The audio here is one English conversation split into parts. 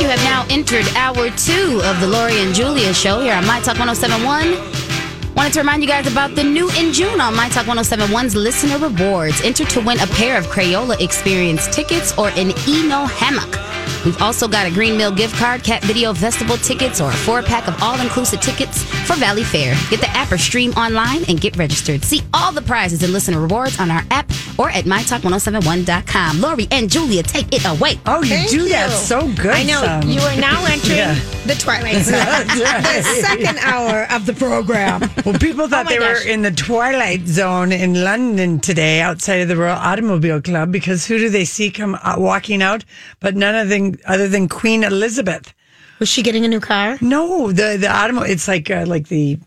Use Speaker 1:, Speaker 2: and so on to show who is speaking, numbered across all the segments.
Speaker 1: You have now entered hour two of the Lori and Julia show here on My Talk 1071. Wanted to remind you guys about the new in June on My Talk 1071's listener rewards. Enter to win a pair of Crayola Experience tickets or an Eno hammock. We've also got a Green Mill gift card, Cat Video Festival tickets, or a four pack of all inclusive tickets for Valley Fair. Get the app or stream online and get registered. See all the prizes and listener rewards on our app or at mytalk1071.com. Lori and Julia, take it away.
Speaker 2: Oh, you
Speaker 3: Thank
Speaker 2: do that
Speaker 3: you.
Speaker 2: so good.
Speaker 3: I know.
Speaker 2: Sonny.
Speaker 3: You are now entering
Speaker 2: Yeah.
Speaker 3: the Twilight Zone. the second hour of the program.
Speaker 2: Well, people thought
Speaker 3: Oh my
Speaker 2: they
Speaker 3: gosh.
Speaker 2: were in the twilight zone in London today, outside of the Royal Automobile Club, because who do they see come uh, walking out? But none other than other than Queen Elizabeth.
Speaker 3: Was she getting a new car?
Speaker 2: No, the the automobile. It's like uh, like the.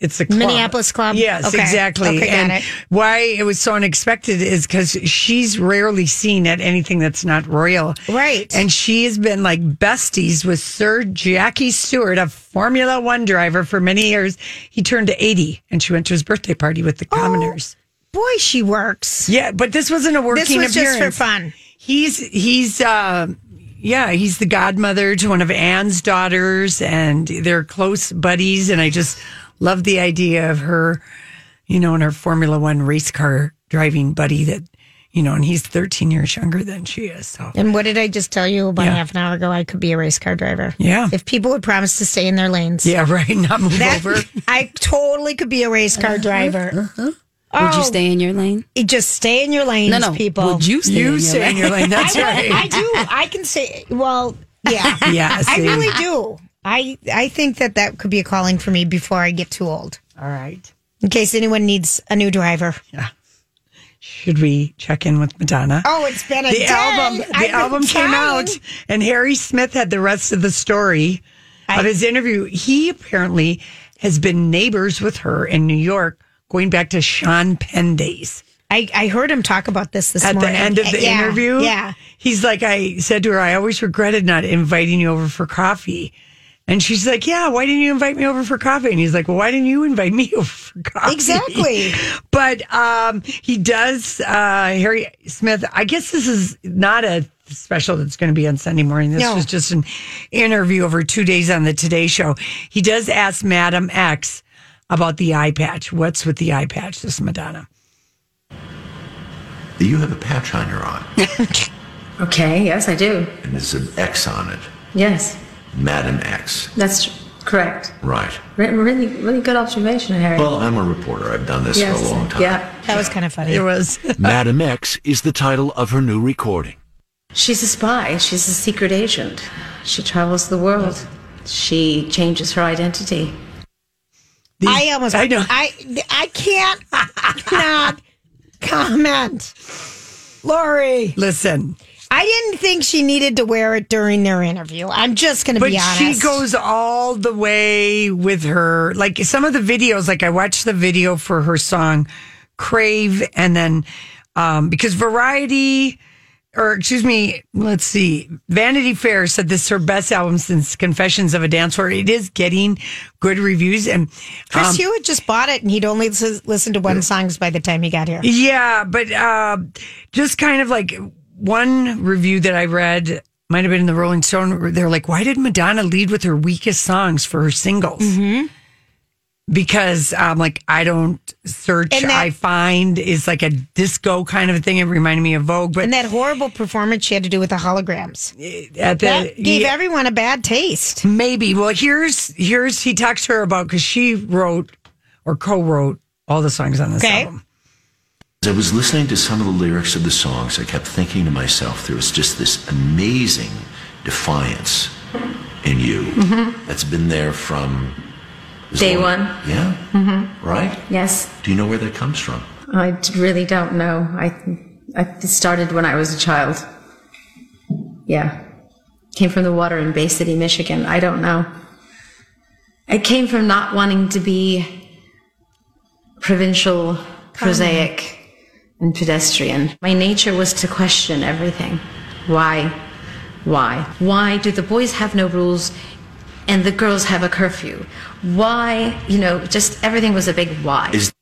Speaker 2: It's the club.
Speaker 3: Minneapolis club?
Speaker 2: Yes,
Speaker 3: Okay.
Speaker 2: exactly.
Speaker 3: Okay, got
Speaker 2: and
Speaker 3: it.
Speaker 2: why it was so unexpected is because she's rarely seen at anything that's not royal.
Speaker 3: Right.
Speaker 2: And she has been like besties with Sir Jackie Stewart, a Formula One driver for many years. He turned 80 and she went to his birthday party with
Speaker 3: Oh,
Speaker 2: the commoners.
Speaker 3: Boy, she works.
Speaker 2: Yeah, but this wasn't a working
Speaker 3: This was just for
Speaker 2: appearance.
Speaker 3: fun.
Speaker 2: He's he's uh, yeah, he's the godmother to one of Anne's daughters, and they're close buddies. And I just love the idea of her, you know, and her Formula One race car driving buddy that, you know, and he's 13 years younger than she is. So
Speaker 3: And what did I just tell you about
Speaker 2: Yeah.
Speaker 3: half an hour ago? I could be a race car driver.
Speaker 2: Yeah.
Speaker 3: If people would promise to stay in their lanes.
Speaker 2: yeah, right. Not move
Speaker 3: That-
Speaker 2: over. Uh-huh.
Speaker 3: I totally could be a race car driver. Oh,
Speaker 1: Would you stay in your lane?
Speaker 3: you just stay in your lanes,
Speaker 1: No, no.
Speaker 3: people.
Speaker 1: Would you stay in
Speaker 2: You
Speaker 1: your
Speaker 2: say
Speaker 1: lane?
Speaker 2: in your lane. That's
Speaker 3: I,
Speaker 2: right.
Speaker 3: I do. I can say. Well, yeah.
Speaker 2: yeah,
Speaker 3: I
Speaker 2: see.
Speaker 3: really do. I I think that that could be a calling for me before I get too old.
Speaker 2: All right.
Speaker 3: In case anyone needs a new driver.
Speaker 2: Should we check in with Madonna?
Speaker 3: Oh, it's been a
Speaker 2: the
Speaker 3: day.
Speaker 2: album the
Speaker 3: I've been
Speaker 2: album came
Speaker 3: trying.
Speaker 2: out and harry smith had the rest of the story of his interview he apparently has been neighbors with her in new york going back to sean penn days
Speaker 3: I, I heard him talk about this this
Speaker 2: at the
Speaker 3: morning.
Speaker 2: end of the
Speaker 3: Yeah,
Speaker 2: interview
Speaker 3: Yeah.
Speaker 2: he's like i said to her i always regretted not inviting you over for coffee and she's like, "Yeah, why didn't you invite me over for coffee?" And he's like, "Well, why didn't you invite me over for coffee?"
Speaker 3: Exactly.
Speaker 2: but um, he does uh, Harry Smith. I guess this is not a special that's going to be on Sunday morning. This
Speaker 3: No.
Speaker 2: was just an interview over two days on the Today Show. He does ask Madam X about the eye patch. What's with the eye patch? This Madonna.
Speaker 4: Do you have a patch on your eye?
Speaker 5: Okay, yes, I do.
Speaker 4: and there's an X on it.
Speaker 5: Yes,
Speaker 4: Madam X.
Speaker 5: that's correct.
Speaker 4: Right.
Speaker 5: Re- really, really good observation, Harry.
Speaker 4: Well, I'm a reporter. I've done this
Speaker 5: yes.
Speaker 4: for a long time.
Speaker 5: Yeah.
Speaker 3: That was kind of funny.
Speaker 2: It was
Speaker 6: Madam X is the title of her new recording.
Speaker 5: She's a spy. She's a secret agent. She travels the world. She changes her identity.
Speaker 2: the-
Speaker 3: I almost.
Speaker 2: I know.
Speaker 3: I I can't not comment. Lori,
Speaker 2: Listen,
Speaker 3: I didn't think she needed to wear it during their interview. I'm just going to
Speaker 2: but
Speaker 3: be honest.
Speaker 2: she goes all the way with her. Like some of the videos, like I watched the video for her song Crave, and then um, because Variety, or excuse me, let's see, Vanity Fair said this is her best album since Confessions of a Dance Floor. It is getting good reviews. And
Speaker 3: Chris
Speaker 2: um,
Speaker 3: Hewitt just bought it, and he'd only lis- listened to one songs by the time he got here.
Speaker 2: Yeah, but uh, just kind of like one review that I read might have been in the Rolling Stone. They're like, why did Madonna lead with her weakest songs for her singles?
Speaker 3: Mm-hmm.
Speaker 2: Because um, like I don't search,
Speaker 3: And that-
Speaker 2: I find is like a disco kind of a thing. It reminded me of Vogue, but
Speaker 3: And that horrible performance she had to do with the holograms
Speaker 2: at the
Speaker 3: that gave
Speaker 2: Uh, yeah,
Speaker 3: everyone a bad taste.
Speaker 2: maybe. Well, here's here's he talks to her about because she wrote or co-wrote all the songs on this
Speaker 3: Okay.
Speaker 2: album.
Speaker 4: As I was listening to some of the lyrics of the songs, I kept thinking to myself, there was just this amazing defiance in you that's been there from as
Speaker 5: Mm-hmm. Day one. Mm-hmm.
Speaker 4: Yeah. Right?
Speaker 5: Yes.
Speaker 4: Do you know where that comes from?
Speaker 5: I d- really don't know. I, I it started when I was a child. Yeah. Came from the water in Bay City, Michigan. I don't know. It came from not wanting to be provincial, prosaic, and pedestrian. My nature was to question everything. Why? Why? Why do the boys have no rules and the girls have a curfew? Why? You know, just everything was a big why.
Speaker 4: Is-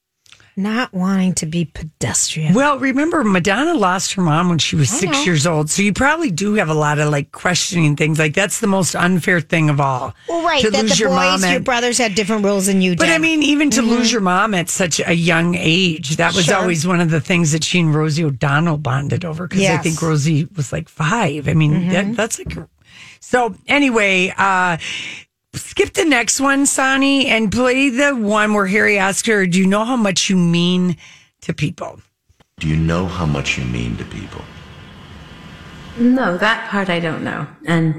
Speaker 3: Not wanting to be pedestrian.
Speaker 2: Well, remember Madonna lost her mom when she was six
Speaker 3: know.
Speaker 2: years old, so you probably do have a lot of like questioning things. Like that's the most unfair thing of all.
Speaker 3: Well, right.
Speaker 2: to
Speaker 3: That the
Speaker 2: lose
Speaker 3: boys, your,
Speaker 2: mom at-
Speaker 3: brothers had different rules than you did.
Speaker 2: But I mean, even to lose your mom at such a young age, that was
Speaker 3: Mm-hmm. Sure.
Speaker 2: always one of the things that she and Rosie O'Donnell bonded over because I
Speaker 3: Yes. Mm-hmm.
Speaker 2: think Rosie was like five. I mean, that, that's like. So anyway, uh, skip the next one, Sonny, and play the one where Harry asked her, "Do you know how much you mean to people?"
Speaker 4: Do you know how much you mean to people?
Speaker 5: No, that part I don't know. And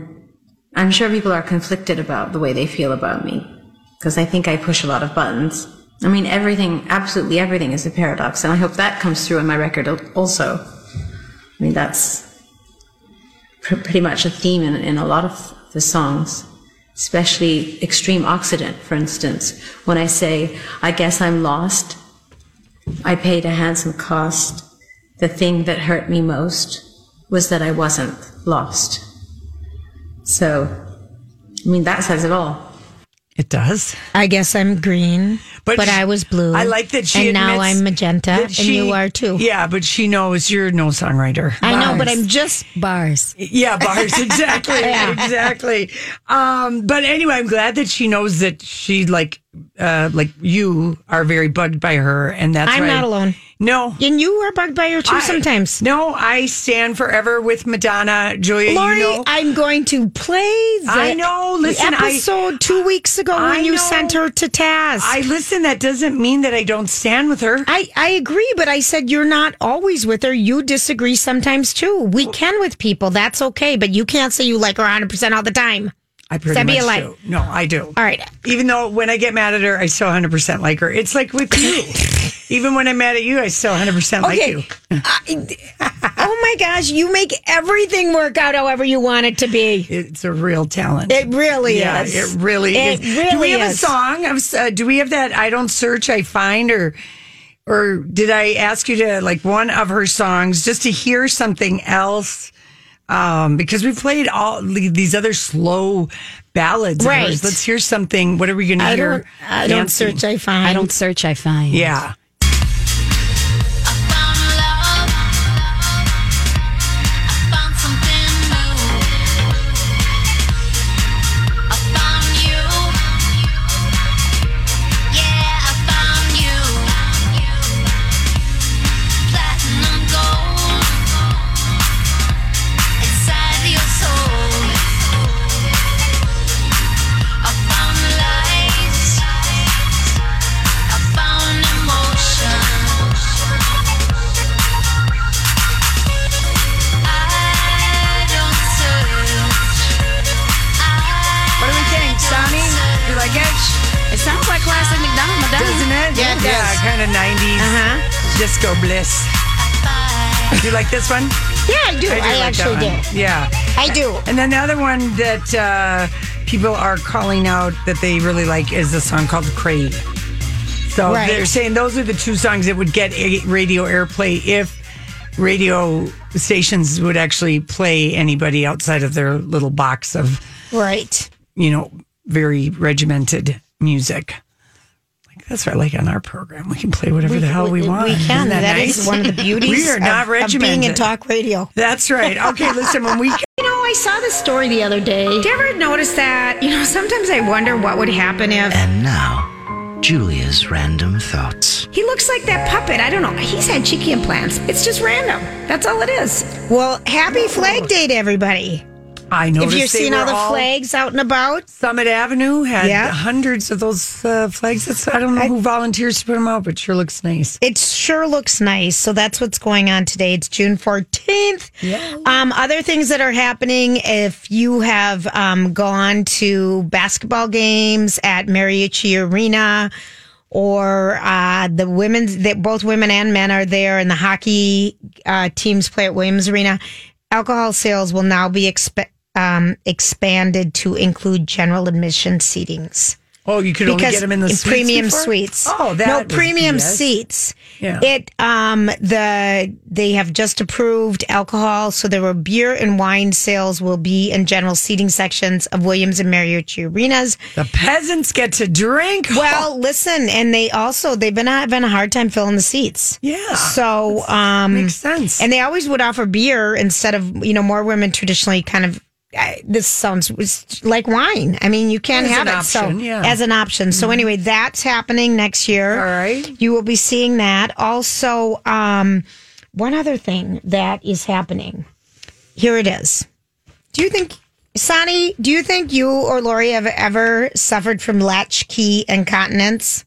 Speaker 5: I'm sure people are conflicted about the way they feel about me because I think I push a lot of buttons. I mean, everything, absolutely everything is a paradox, and I hope that comes through in my record al- also. I mean, that's pr- pretty much a theme in, in a lot of the songs, especially Extreme Occident, for instance. When I say, I guess I'm lost, I paid a handsome cost. The thing that hurt me most was that I wasn't lost. So, I mean, that says it all.
Speaker 2: It does.
Speaker 3: I guess I'm green, but,
Speaker 2: sh-
Speaker 3: I was blue.
Speaker 2: I like that she
Speaker 3: And now
Speaker 2: admits
Speaker 3: I'm magenta,
Speaker 2: that
Speaker 3: and you are too.
Speaker 2: Yeah, but she knows you're no songwriter.
Speaker 3: I know, but
Speaker 2: Bars.
Speaker 3: I'm just bars.
Speaker 2: Yeah, bars. Exactly. Exactly. Um, but anyway, I'm glad that she knows that she like uh like you are very bugged by her and that's
Speaker 3: I'm
Speaker 2: why-
Speaker 3: not alone.
Speaker 2: No.
Speaker 3: And you are bugged by her too
Speaker 2: I-
Speaker 3: sometimes.
Speaker 2: No, I stand forever with Madonna, Julia.
Speaker 3: Lori,
Speaker 2: you know,
Speaker 3: I'm going to play the
Speaker 2: I know, listen, I-
Speaker 3: episode two weeks ago
Speaker 2: I
Speaker 3: when you
Speaker 2: know.
Speaker 3: sent her to Taz.
Speaker 2: I listen, that doesn't mean that I don't stand with her.
Speaker 3: I, I agree, but I said you're not always with her. You disagree sometimes too. We can with people. That's okay, but you can't say you like her 100% all the time.
Speaker 2: I pretty
Speaker 3: That'd be
Speaker 2: much
Speaker 3: a lie.
Speaker 2: do. No, I do.
Speaker 3: All right.
Speaker 2: Even though when I get mad at her, I still 100% like her. It's like with you. Even when I'm mad at you, I still 100% like
Speaker 3: Okay.
Speaker 2: you.
Speaker 3: I- oh my gosh, you make everything work out however you want it to be.
Speaker 2: It's a real talent.
Speaker 3: It really
Speaker 2: yeah,
Speaker 3: is.
Speaker 2: it really
Speaker 3: It
Speaker 2: is.
Speaker 3: really
Speaker 2: do we have a
Speaker 3: is.
Speaker 2: song? Of, uh, do we have that? I don't search, I find, or or did I ask you to like one of her songs just to hear something else? Um, because we played all the- these other slow ballads. of
Speaker 3: Right.
Speaker 2: hers. Let's hear something. What are we going to
Speaker 3: I
Speaker 2: hear?
Speaker 3: don't, I don't
Speaker 2: dancing?
Speaker 3: search, I find.
Speaker 1: I don't search, I find.
Speaker 2: Yeah. What do we think, Sonny? You like it?
Speaker 1: It sounds like classic McDonald. Madonna.
Speaker 2: Doesn't it?
Speaker 1: Yeah, it does.
Speaker 2: kind of 90s
Speaker 3: Uh-huh.
Speaker 2: disco bliss. Do you like this one?
Speaker 3: Yeah, I do. I,
Speaker 2: do like that
Speaker 3: actually do.
Speaker 2: one. Yeah.
Speaker 3: I do.
Speaker 2: And then the other one that uh, people are calling out that they really like is a song called Crave. So
Speaker 3: Right.
Speaker 2: they're saying those are the two songs that would get a radio airplay if radio stations would actually play anybody outside of their little box of,
Speaker 3: Right.
Speaker 2: you know, very regimented music. Like that's what I like on our program. We can play whatever the hell we, want.
Speaker 3: We can.
Speaker 2: Isn't that
Speaker 3: that is
Speaker 2: nice?
Speaker 3: one of the beauties
Speaker 2: We are not
Speaker 3: of, of being in
Speaker 2: regimented.
Speaker 3: talk radio.
Speaker 2: That's right. Okay, listen, when we
Speaker 7: You know, I saw this story the other day.
Speaker 3: Do you ever notice that? You know, sometimes I wonder what would happen if
Speaker 8: And now, Julia's random thoughts.
Speaker 7: He looks like that puppet. I don't know. He's had cheeky implants. It's just random. That's all it is.
Speaker 3: Well, happy Flag Day to everybody.
Speaker 2: I
Speaker 3: If
Speaker 2: noticed
Speaker 3: you've
Speaker 2: they
Speaker 3: seen
Speaker 2: were
Speaker 3: all the flags out and about,
Speaker 2: Summit Avenue had
Speaker 3: Yeah.
Speaker 2: hundreds of those uh, flags. That's, I don't know who volunteers to put them out, but sure looks nice.
Speaker 3: it sure looks nice. So that's what's going on today. It's June 14th. Yeah. Um, other things that are happening if you have um, gone to basketball games at Mariachi Arena or uh, the women's, that both women and men are there, and the hockey uh, teams play at Williams Arena, alcohol sales will now be expe- um, expanded to include general admission seatings.
Speaker 2: Oh, you could only get them in the suites
Speaker 3: premium
Speaker 2: before?
Speaker 3: suites.
Speaker 2: Oh, that
Speaker 3: no
Speaker 2: was
Speaker 3: premium
Speaker 2: BS.
Speaker 3: seats.
Speaker 2: Yeah.
Speaker 3: It um the they have just approved alcohol, so there were beer and wine sales will be in general seating sections of Williams and Mariucci arenas.
Speaker 2: The peasants get to drink. Oh,
Speaker 3: Well, listen, and they also they've been having a hard time filling the seats.
Speaker 2: Yeah.
Speaker 3: So um
Speaker 2: makes sense.
Speaker 3: And they always would offer beer instead of you know more women traditionally kind of. I- This sounds was like wine. I mean, you can
Speaker 2: As
Speaker 3: have
Speaker 2: an
Speaker 3: it
Speaker 2: option,
Speaker 3: so
Speaker 2: yeah. Mm-hmm.
Speaker 3: as an option. So anyway, that's happening next year.
Speaker 2: All right.
Speaker 3: you will be seeing that. Also, um, one other thing that is happening. Here it is. Do you think, Sonny? Do you think you or Lori have ever suffered from latchkey incontinence?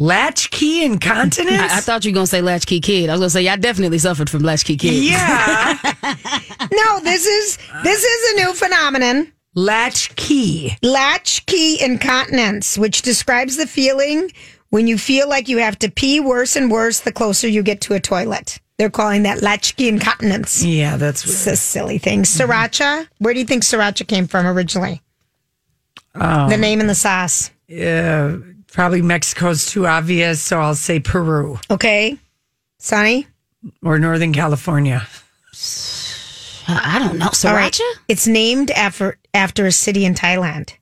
Speaker 2: latchkey incontinence.
Speaker 1: I, I thought you were gonna say latchkey kid. I was gonna say y'all definitely suffered from latchkey kid.
Speaker 2: yeah,
Speaker 3: No, this is this is a new phenomenon.
Speaker 2: latchkey.
Speaker 3: Latchkey incontinence, which describes the feeling when you feel like you have to pee worse and worse the closer you get to a toilet. They're calling that latchkey incontinence.
Speaker 2: Yeah, that's
Speaker 3: It's
Speaker 2: weird.
Speaker 3: a silly thing. Sriracha, where do you think sriracha came from originally? the name and the sauce.
Speaker 2: probably Mexico's too obvious, so I'll say Peru
Speaker 3: Okay. Sonny?
Speaker 2: or Northern California.
Speaker 1: Uh, I, I don't know. Sriracha?
Speaker 3: All right. It's named after, after a city in Thailand.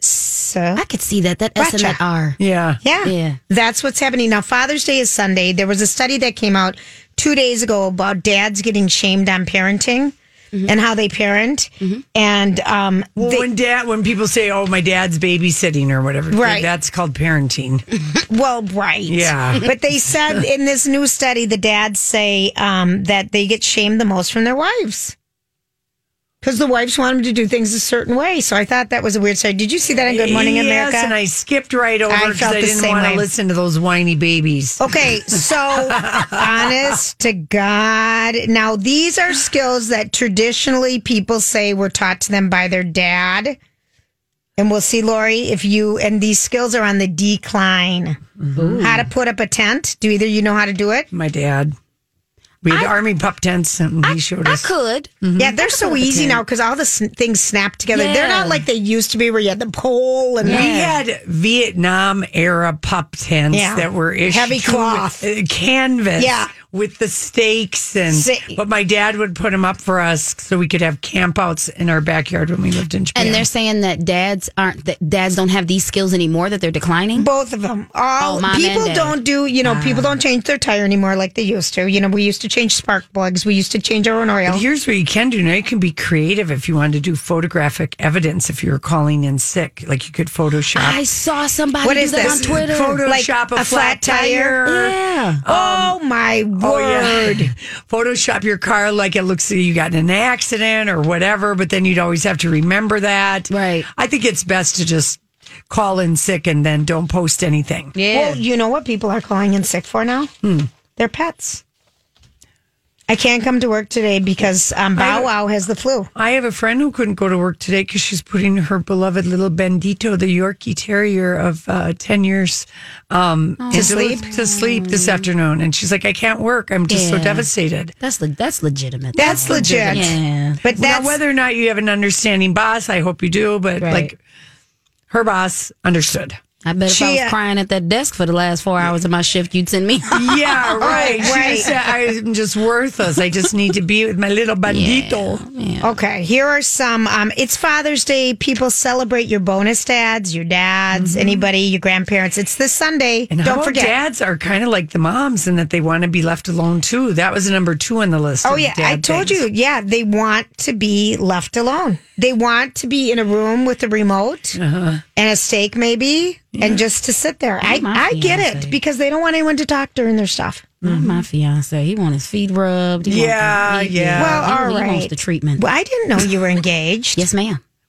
Speaker 3: So,
Speaker 1: I could see that. That S and that
Speaker 3: Sriracha.
Speaker 1: R.
Speaker 2: Yeah,
Speaker 3: yeah.
Speaker 1: Yeah.
Speaker 3: That's what's happening. Now, Father's Day is Sunday. There was a study that came out two days ago about dads getting shamed on parenting and how they parent. And um,
Speaker 2: Mm-hmm. Well,
Speaker 3: they-
Speaker 2: when dad, when people say, "Oh, my dad's babysitting" or whatever,
Speaker 3: Right.
Speaker 2: That's called parenting.
Speaker 3: Well, right.
Speaker 2: Yeah.
Speaker 3: But they said in this new study, the dads say um, that they get shamed the most from their wives because the wives want them to do things a certain way. So I thought that was a weird study. Did you see that in Good Morning
Speaker 2: yes,
Speaker 3: America?
Speaker 2: and I skipped right over
Speaker 3: I
Speaker 2: because
Speaker 3: felt
Speaker 2: I,
Speaker 3: the
Speaker 2: didn't
Speaker 3: same
Speaker 2: want to
Speaker 3: way.
Speaker 2: listen to those whiny babies.
Speaker 3: Okay, so honest to God. Now, these are skills that traditionally people say were taught to them by their dad. And we'll see, Lori, if you, and these skills are on the decline.
Speaker 1: Mm-hmm.
Speaker 3: How to put up a tent. Do either you know how to do it?
Speaker 2: My dad. We had army pup tents, and he showed
Speaker 1: I
Speaker 2: us.
Speaker 1: could.
Speaker 3: Yeah, they're so easy now because all the sn- things snap together. They're
Speaker 1: Yeah.
Speaker 3: not like they used to be where you had the pole and
Speaker 2: We had Vietnam era pup tents
Speaker 3: Yeah.
Speaker 2: that were issued
Speaker 3: Heavy cloth.
Speaker 2: uh, canvas,
Speaker 3: Yeah.
Speaker 2: with the stakes and.
Speaker 3: Sa-
Speaker 2: but my dad would put them up for us so we could have campouts in our backyard when we lived in Japan.
Speaker 1: And they're saying that dads aren't that dads don't have these skills anymore. That they're declining.
Speaker 3: both of them. All
Speaker 1: Oh, mom and
Speaker 3: people
Speaker 1: dad. Ah.
Speaker 3: don't do, you know, people don't change their tire anymore like they used to. You know, we used to change spark plugs, we used to change our own oil.
Speaker 2: Here's what you can do now. You can be creative if you wanted to do photographic evidence if you were calling in sick. Like you could Photoshop.
Speaker 1: I saw somebody
Speaker 3: What
Speaker 1: do
Speaker 3: is
Speaker 1: that
Speaker 3: this?
Speaker 1: on Twitter.
Speaker 2: Photoshop
Speaker 3: Like
Speaker 2: a,
Speaker 3: a
Speaker 2: flat,
Speaker 3: flat
Speaker 2: tire.
Speaker 3: tire?
Speaker 1: yeah.
Speaker 3: oh my word.
Speaker 2: Oh, yeah. Photoshop your car like it looks like you got in an accident or whatever, but then you'd always have to remember that.
Speaker 1: Right.
Speaker 2: I think it's best to just call in sick and then don't post anything.
Speaker 3: Well, you know what people are calling in sick for now?
Speaker 2: Hmm.
Speaker 3: Their pets. I can't come to work today because um, Bow Wow has the flu.
Speaker 2: I have a friend who couldn't go to work today because she's putting her beloved little Bandito, the Yorkie Terrier of uh, 10 years, um, to
Speaker 3: sleep?
Speaker 2: To sleep this afternoon. And she's like, I can't work. I'm just so
Speaker 1: Yeah.
Speaker 2: devastated.
Speaker 1: That's le- that's legitimate.
Speaker 3: That's legit.
Speaker 1: Yeah.
Speaker 3: But that's
Speaker 2: now, whether or not you have an understanding boss, I hope you do, but
Speaker 1: Right.
Speaker 2: like her boss understood.
Speaker 1: I bet if I
Speaker 3: She,
Speaker 1: was
Speaker 3: uh,
Speaker 1: crying at that desk for the last four hours of my shift, you'd send me.
Speaker 2: Yeah, right. She
Speaker 3: right.
Speaker 2: said, I'm just worthless. I just need to be with my little bandito.
Speaker 3: Okay, here are some. Um, it's Father's Day. People celebrate your bonus dads, your dads, anybody, your grandparents. It's this Sunday.
Speaker 2: Mm-hmm. And how
Speaker 3: Don't
Speaker 2: our
Speaker 3: forget.
Speaker 2: dads are kind of like the moms in that they want to be left alone too. That was number two on the list.
Speaker 3: Oh
Speaker 2: of
Speaker 3: yeah,
Speaker 2: dad
Speaker 3: I told
Speaker 2: things.
Speaker 3: you. Yeah, they want to be left alone. They want to be in a room with a remote
Speaker 2: Uh-huh.
Speaker 3: and a steak, maybe, and just to sit there. I,
Speaker 1: my
Speaker 3: I get it
Speaker 1: fiancé.
Speaker 3: because they don't want anyone to talk during their stuff.
Speaker 1: Not my fiance. He wants his feet rubbed. He wants
Speaker 2: Yeah,
Speaker 1: the- he-
Speaker 2: Mm-hmm. yeah.
Speaker 3: Well,
Speaker 1: he-
Speaker 3: all
Speaker 1: He wants
Speaker 3: right.
Speaker 2: Mm.
Speaker 1: the treatment.
Speaker 3: Well, I didn't know you were engaged.
Speaker 1: Yes, ma'am.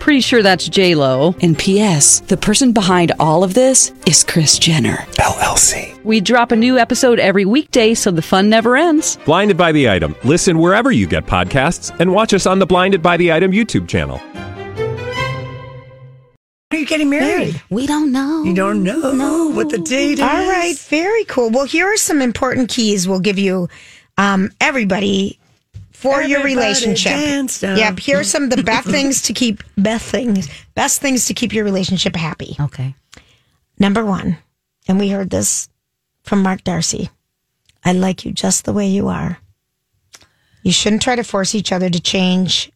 Speaker 9: Pretty sure that's J Lo.
Speaker 10: And P.S. The person behind all of this is Chris Jenner
Speaker 11: LLC.
Speaker 9: We drop a new episode every weekday, so the fun never ends.
Speaker 11: Blinded by the item. Listen wherever you get podcasts, and watch us on the Blinded by the Item YouTube channel.
Speaker 2: are you getting married?
Speaker 1: We don't know.
Speaker 2: You don't know what the date is.
Speaker 3: All right, very cool. Well, here are some important keys we'll give you, um, everybody, for your
Speaker 2: Everybody
Speaker 3: relationship.
Speaker 2: dance now.
Speaker 3: Yep, here are some of the best things to keep best things best things to keep your relationship happy.
Speaker 1: Okay.
Speaker 3: Number one, and we heard this from Mark Darcy. I like you just the way you are. You shouldn't try to force each other to change.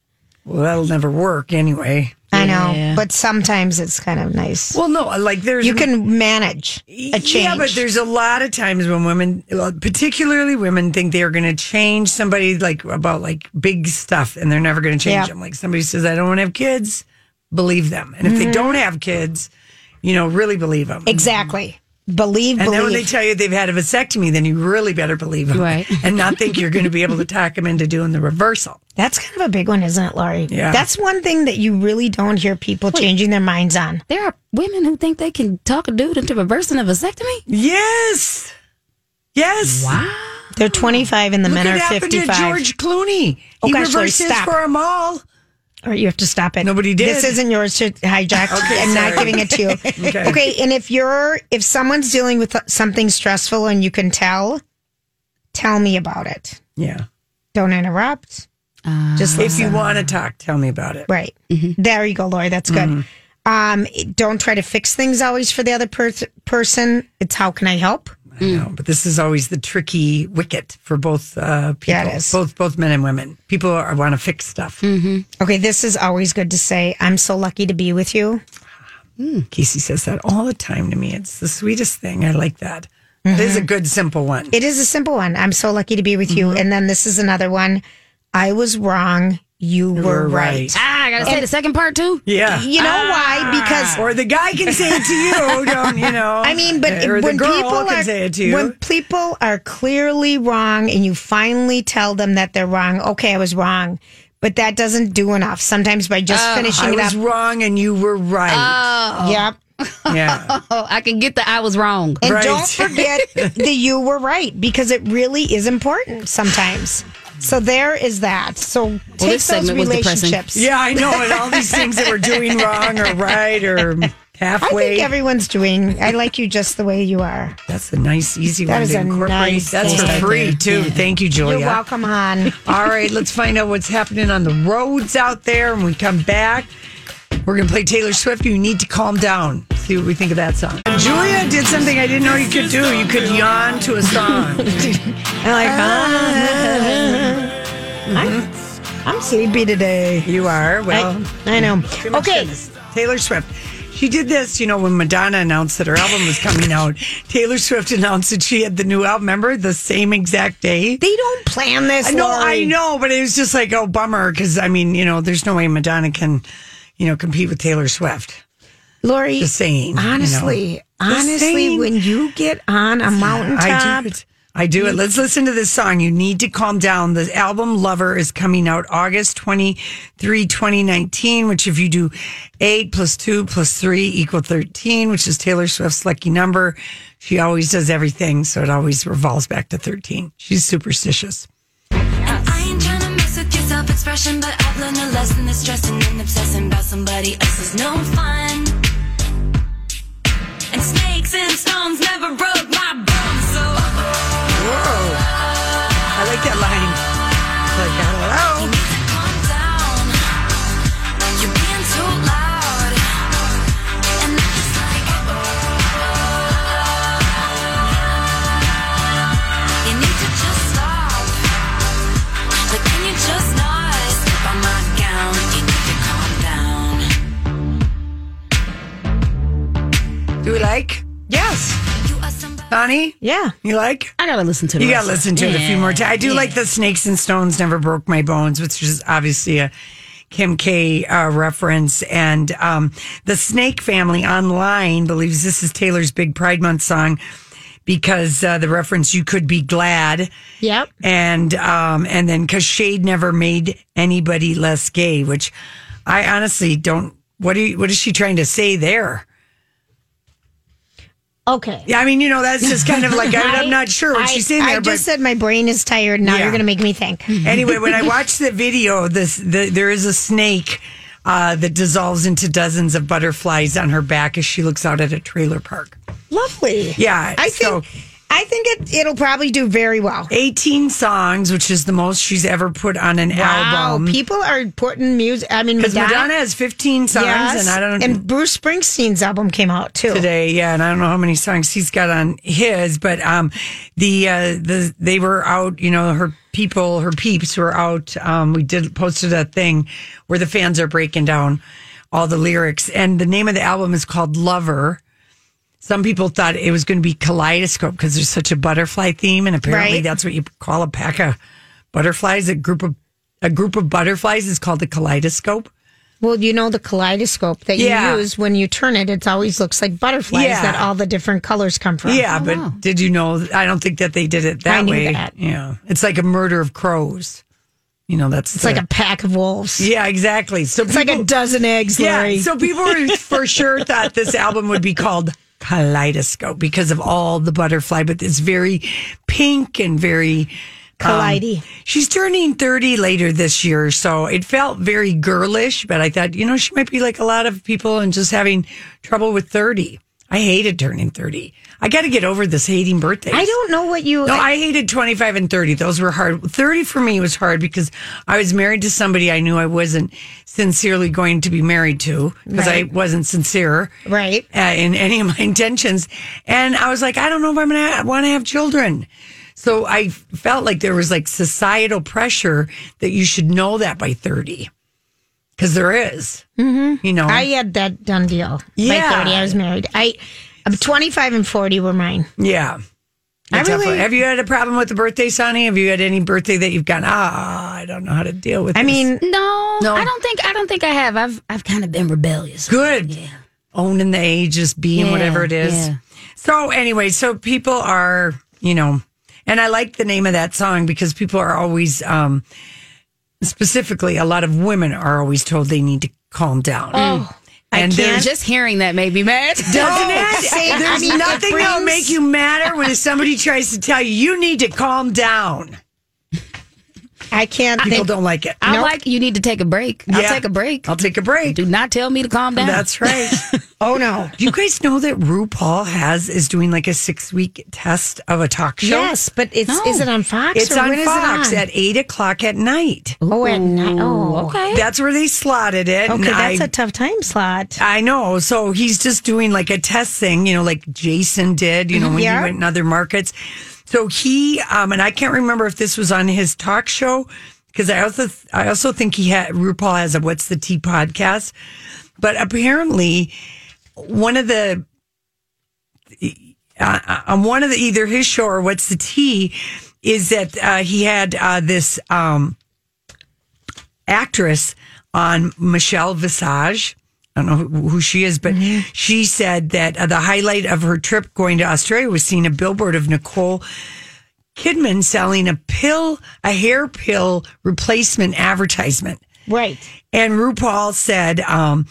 Speaker 2: Well, that'll never work anyway.
Speaker 3: I know, but sometimes it's kind of nice.
Speaker 2: Well, no, like there's
Speaker 3: you can manage a change.
Speaker 2: Yeah, but there's a lot of times when women, well, particularly women, think they are going to change somebody like about like big stuff, and they're never going to change
Speaker 3: Yeah.
Speaker 2: them. Like somebody says, "I don't want to have kids," believe them, and if
Speaker 3: Mm-hmm.
Speaker 2: they don't have kids, you know, really believe them.
Speaker 3: exactly. Believe,
Speaker 2: And
Speaker 3: believe.
Speaker 2: then when they tell you they've had a vasectomy, then you really better believe them,
Speaker 1: Right.
Speaker 2: and not think you're going to be able to talk them into doing the reversal.
Speaker 3: That's kind of a big one, isn't it, Laurie?
Speaker 2: Yeah.
Speaker 3: That's one thing that you really don't hear people changing their minds on.
Speaker 1: There are women who think they can talk a dude into reversing a vasectomy.
Speaker 2: Yes, yes. Wow.
Speaker 3: They're 25 and the
Speaker 2: Look
Speaker 3: men
Speaker 2: at
Speaker 3: are
Speaker 2: happened to
Speaker 3: 55.
Speaker 2: George Clooney.
Speaker 3: Oh,
Speaker 2: he
Speaker 3: gosh, Lori,
Speaker 2: reversed his
Speaker 3: stop.
Speaker 2: for them all.
Speaker 3: All right, you have to stop it.
Speaker 2: Nobody did.
Speaker 3: This isn't yours to hijack.
Speaker 2: Okay,
Speaker 3: I'm not
Speaker 2: sorry.
Speaker 3: giving it to you.
Speaker 2: Okay.
Speaker 3: okay. and if you're if someone's dealing with something stressful and you can tell, tell me about it.
Speaker 2: Yeah.
Speaker 3: Don't interrupt. Just
Speaker 2: If you
Speaker 3: listen.
Speaker 2: want to talk, tell me about it.
Speaker 3: Right. There you go, Lori. That's good. Um, don't try to fix things always for the other per- person. It's how can I help?
Speaker 2: I know, but this is always the tricky wicket for both uh, people,
Speaker 3: Yeah, it is. Hmm.
Speaker 2: both both men and women. People are, want to fix stuff.
Speaker 3: Okay, this is always good to say. I'm so lucky to be with you.
Speaker 2: Casey says that all the time to me. It's the sweetest thing. I like that. It is a good simple one.
Speaker 3: Mm-hmm. It is a simple one. I'm so lucky to be with you. And then this is another one. I was wrong. You were,
Speaker 2: were
Speaker 3: right.
Speaker 2: right.
Speaker 1: Ah, I gotta say the second part too.
Speaker 2: yeah.
Speaker 3: You know why? Because
Speaker 2: or the guy can say it to you. Don't you know?
Speaker 3: I mean, but
Speaker 2: or
Speaker 3: when
Speaker 2: the girl
Speaker 3: people
Speaker 2: can
Speaker 3: are
Speaker 2: say it to you.
Speaker 3: when people are clearly wrong, and you finally tell them that they're wrong. Okay, I was wrong, but that doesn't do enough. Sometimes by just finishing
Speaker 2: Oh, I
Speaker 3: it up.
Speaker 2: was wrong and you were right.
Speaker 3: Yep.
Speaker 2: yeah.
Speaker 1: Oh, I can get the I was wrong.
Speaker 3: And
Speaker 2: Right.
Speaker 3: don't forget that you were right because it really is important sometimes. So there is that. So
Speaker 1: this
Speaker 3: take those
Speaker 1: segment was depressing.
Speaker 3: relationships.
Speaker 2: Yeah, I know. And all these things that we're doing wrong or right or
Speaker 3: I
Speaker 2: halfway.
Speaker 3: think everyone's doing. I like you just the way you are.
Speaker 2: That's a nice, easy
Speaker 3: That
Speaker 2: one
Speaker 3: is
Speaker 2: to
Speaker 3: a
Speaker 2: incorporate.
Speaker 3: nice
Speaker 2: That's for
Speaker 3: thing.
Speaker 2: free too. Thank you, Julia.
Speaker 3: You're welcome, hon.
Speaker 2: All right, let's find out what's happening on the roads out there. When we come back, we're gonna play Taylor Swift. You need to calm down. See what we think of that song. And Julia did something I didn't know you could do. You could yawn to a song.
Speaker 3: Ah,
Speaker 2: "Ah,
Speaker 3: I'm like, I'm, I'm sleepy today.
Speaker 2: ah." you are well.
Speaker 3: I know.
Speaker 2: Too much
Speaker 3: Okay.
Speaker 2: goodness. Taylor Swift. She did this, you know, when Madonna announced that her album was coming out. Taylor Swift announced that she had the new album. Remember the same exact day.
Speaker 3: They don't plan this.
Speaker 2: I know,
Speaker 3: Lori.
Speaker 2: I know, but it was just like, oh, bummer, because I mean, you know, there's no way Madonna can, you know, compete with Taylor Swift.
Speaker 3: Lori.
Speaker 2: Just saying, you know.
Speaker 3: Honestly,
Speaker 2: Just
Speaker 3: honestly,
Speaker 2: saying.
Speaker 3: when you get on a
Speaker 2: I
Speaker 3: mountaintop,
Speaker 2: do it. I do it. Let's listen to this song. You need to calm down. The album Lover is coming out August 23, 2019, which if you do 8 plus 2 plus 3 equal 13, which is Taylor Swift's lucky number. She always does everything, so it always revolves back to 13. She's superstitious.
Speaker 12: I ain't tryna mess with your self-expression, but I've learned a lesson that stressing and obsessing about somebody else is no fun. And snakes and stones never broke my bones, so
Speaker 2: Whoa. I like that line. It's Like, hello.
Speaker 12: calm down.
Speaker 2: like? Yes. Bonnie?
Speaker 3: Yeah.
Speaker 2: You like?
Speaker 1: I gotta listen to the
Speaker 2: You
Speaker 1: rest
Speaker 2: gotta
Speaker 1: of it.
Speaker 2: listen to it a few more
Speaker 1: Yeah,
Speaker 2: times. I do
Speaker 1: yeah.
Speaker 2: like the Snakes and Stones Never Broke My Bones, which is obviously a Kim K uh, reference. And um, the Snake family online believes this is Taylor's big Pride Month song because uh, the reference you could be glad
Speaker 1: Yep.
Speaker 2: and um and then because shade never made anybody less gay which i honestly don't what do you, what is she trying to say there
Speaker 3: Okay.
Speaker 2: yeah i mean you know that's just kind of like I, am not sure what
Speaker 3: I-
Speaker 2: she's saying
Speaker 3: I
Speaker 2: there but
Speaker 3: just said my brain is tired. Now
Speaker 2: Yeah. Mm-hmm.
Speaker 3: you're going to make me think.
Speaker 2: anyway when i watched the video this the, there is a snake uh, that dissolves into dozens of butterflies on her back as she looks out at a trailer park
Speaker 3: Lovely.
Speaker 2: yeah
Speaker 3: I
Speaker 2: so-
Speaker 3: think I think it, it'll probably do very well.
Speaker 2: 18 songs which is the most she's ever put on an album
Speaker 3: People are putting music. I mean,
Speaker 2: because
Speaker 3: Madonna,
Speaker 2: Madonna, has 15 songs,
Speaker 3: Yes,
Speaker 2: and I don't
Speaker 3: And Bruce Springsteen's album came out too.
Speaker 2: today. Yeah, and I don't know how many songs he's got on his, but um, the uh, the they were out. You know, her people, her peeps were out. Um, we did posted a thing where the fans are breaking down all the lyrics, and the name of the album is called Lover. Some people thought it was going to be Kaleidoscope because there's such a butterfly theme, and apparently
Speaker 3: Right.
Speaker 2: that's what you call a pack of butterflies. A group of a group of butterflies is called a kaleidoscope.
Speaker 3: Well, you know the kaleidoscope that
Speaker 2: Yeah.
Speaker 3: you use when you turn it. It always looks like butterflies
Speaker 2: Yeah.
Speaker 3: that all the different colors come from.
Speaker 2: Yeah, but did you know? I don't think that they did it that
Speaker 3: I knew
Speaker 2: way.
Speaker 3: that.
Speaker 2: Yeah, it's like a murder of crows. You know, that's
Speaker 3: it's
Speaker 2: the-
Speaker 3: like a pack of wolves.
Speaker 2: yeah, exactly. So
Speaker 3: It's like a dozen eggs, Lori.
Speaker 2: yeah, so people were for sure thought this album would be called Kaleidoscope because of all the butterfly, but it's very pink and very. um,
Speaker 3: Kaleidy.
Speaker 2: she's turning 30 later this year, so it felt very girlish, but I thought, you know, she might be like a lot of people and just having trouble with 30. I hated turning 30. I got to get over this hating birthdays.
Speaker 3: I don't know what you.
Speaker 2: No, I hated 25 and 30. Those were hard. 30 for me was hard because I was married to somebody I knew I wasn't sincerely going to be married to because I
Speaker 3: Right.
Speaker 2: wasn't sincere
Speaker 3: right.
Speaker 2: uh, in any of my intentions. And I was like, I don't know if I'm going to want to have children. So I felt like there was like societal pressure that you should know that by 30 because there is, you know.
Speaker 3: Mm-hmm. I had that done deal.
Speaker 2: Yeah.
Speaker 3: By 30, I was married. I, I'm 25 and 40 were mine.
Speaker 2: yeah.
Speaker 3: I
Speaker 2: That's helpful.
Speaker 3: really-
Speaker 2: Have you had a problem with the birthday, Sonny? Have you had any birthday that you've gone, ah, I don't know how to deal with
Speaker 3: I
Speaker 2: this."
Speaker 3: mean,
Speaker 1: No,
Speaker 2: No.
Speaker 1: I don't think I don't think I have. I've I've kind of been rebellious.
Speaker 2: good owning the age just being
Speaker 1: Yeah,
Speaker 2: whatever it is
Speaker 1: yeah.
Speaker 2: so anyway so people are you know and i like the name of that song because people are always um specifically a lot of women are always told they need to calm down oh,
Speaker 1: Can't-
Speaker 2: and there's
Speaker 1: Just hearing that made me mad. Oh,
Speaker 2: doesn't it?
Speaker 3: say- I
Speaker 2: There's
Speaker 3: mean, it
Speaker 2: nothing that'll make
Speaker 3: brings-
Speaker 2: you madder when somebody tries to tell you you need to calm down.
Speaker 3: I can't.
Speaker 2: People don't like it.
Speaker 1: I like you need to take a break.
Speaker 2: Yeah.
Speaker 1: I'll take a break.
Speaker 2: I'll take a break.
Speaker 1: Do not tell me to calm down.
Speaker 2: That's right.
Speaker 3: Oh no.
Speaker 2: Do you guys know that RuPaul has is doing like a six week test of a talk show?
Speaker 3: Yes, but it's
Speaker 1: No.
Speaker 3: is it on Fox?
Speaker 2: It's
Speaker 3: or
Speaker 2: on
Speaker 3: when is it
Speaker 2: Fox
Speaker 3: on?
Speaker 2: at eight o'clock at night.
Speaker 3: oh, at night. Oh,
Speaker 1: okay.
Speaker 2: That's where they slotted it. and
Speaker 3: Okay, that's
Speaker 2: I-
Speaker 3: a tough time slot.
Speaker 2: I know. So he's just doing like a test thing, you know, like Jason did, you know, when
Speaker 3: Yeah.
Speaker 2: he went in other markets. So he, um, and I can't remember if this was on his talk show because I also, I also think he had RuPaul has a What's the Tea podcast, but apparently one of the uh, on one of the either his show or What's the Tea is that uh, he had uh, this um, actress on Michelle Visage. I don't know who who she is, but she said that uh, the highlight of her trip going to Australia was seeing a billboard of Nicole Kidman selling a pill, a hair pill replacement advertisement.
Speaker 3: Right.
Speaker 2: And RuPaul said, um,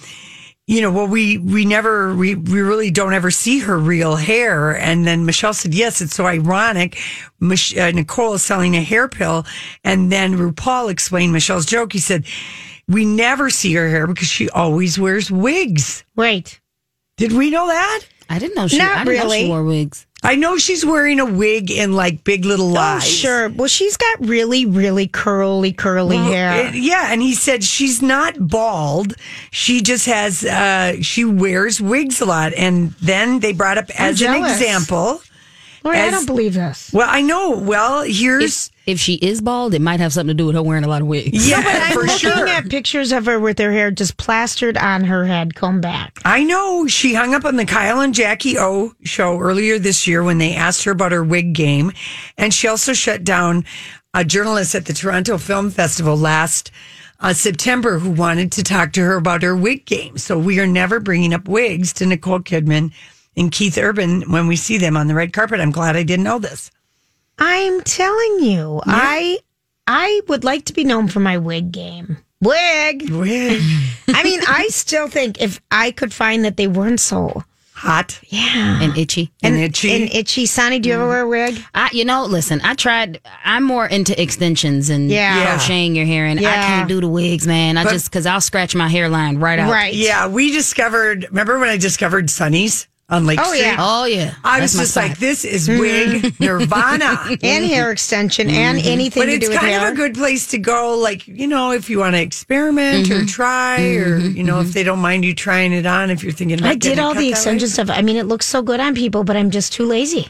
Speaker 2: you know, well, we we never we we really don't ever see her real hair. And then Michelle said, yes, it's so ironic. Mich- uh, Nicole is selling a hair pill, and then RuPaul explained Michelle's joke. He said, we never see her hair because she always wears wigs.
Speaker 3: Right.
Speaker 2: Did we know that?
Speaker 1: I didn't know she.
Speaker 3: Not
Speaker 1: I didn't know
Speaker 3: really.
Speaker 1: she wore wigs.
Speaker 2: I know she's wearing a wig in like Big Little
Speaker 3: Oh,
Speaker 2: Lies.
Speaker 3: sure. Well, she's got really, really curly, curly hair.
Speaker 2: Uh, yeah, and he said she's not bald. She just has uh she wears wigs a lot. And then they brought up as an
Speaker 3: jealous.
Speaker 2: example
Speaker 3: Lori, I don't believe this.
Speaker 2: Well, I know. Well, here's
Speaker 1: if, she is bald, it might have something to do with her wearing a lot of wigs.
Speaker 3: no, but I'm looking at pictures of her with her hair just plastered on her head, combed back.
Speaker 2: I know she hung up on the Kyle and Jackie O show earlier this year when they asked her about her wig game. And she also shut down a journalist at the Toronto Film Festival last uh, September who wanted to talk to her about her wig game. So we are never bringing up wigs to Nicole Kidman and Keith Urban when we see them on the red carpet. I'm glad I didn't know this.
Speaker 3: I'm telling you, I I would like to be known for my wig game. Wig.
Speaker 2: Wig.
Speaker 3: I mean, I still think if I could find that they weren't so
Speaker 2: hot.
Speaker 3: Yeah.
Speaker 1: And itchy.
Speaker 2: And, itchy.
Speaker 3: And itchy. Sonny, do you
Speaker 2: Mm.
Speaker 3: ever wear a wig?
Speaker 1: I, you know, listen, I tried. I'm more into extensions and
Speaker 3: Yeah. Yeah.
Speaker 1: crocheting your hair, and I
Speaker 3: Yeah.
Speaker 1: can't do the wigs, man. I
Speaker 2: But-
Speaker 1: just because I'll scratch my hairline right out.
Speaker 2: Yeah, we discovered. Remember when I discovered Sunny's on Lake
Speaker 3: Oh,
Speaker 2: Street?
Speaker 3: yeah.
Speaker 1: Oh yeah.
Speaker 2: I
Speaker 1: That's
Speaker 2: was
Speaker 1: my
Speaker 2: just
Speaker 1: spot.
Speaker 2: like, this is wig nirvana.
Speaker 3: And hair extension and anything
Speaker 2: Mm-hmm. But
Speaker 3: to
Speaker 2: it's
Speaker 3: do with
Speaker 2: kind
Speaker 3: hair.
Speaker 2: of a good place to go, like, you know, if you want to experiment
Speaker 3: Mm-hmm.
Speaker 2: or try, or, you know, if they don't mind you trying it on, if you're thinking, am
Speaker 3: I
Speaker 2: getting
Speaker 3: did
Speaker 2: it
Speaker 3: all
Speaker 2: cut that
Speaker 3: the
Speaker 2: way?
Speaker 3: extension stuff. I mean, it looks so good on people, but I'm just too lazy.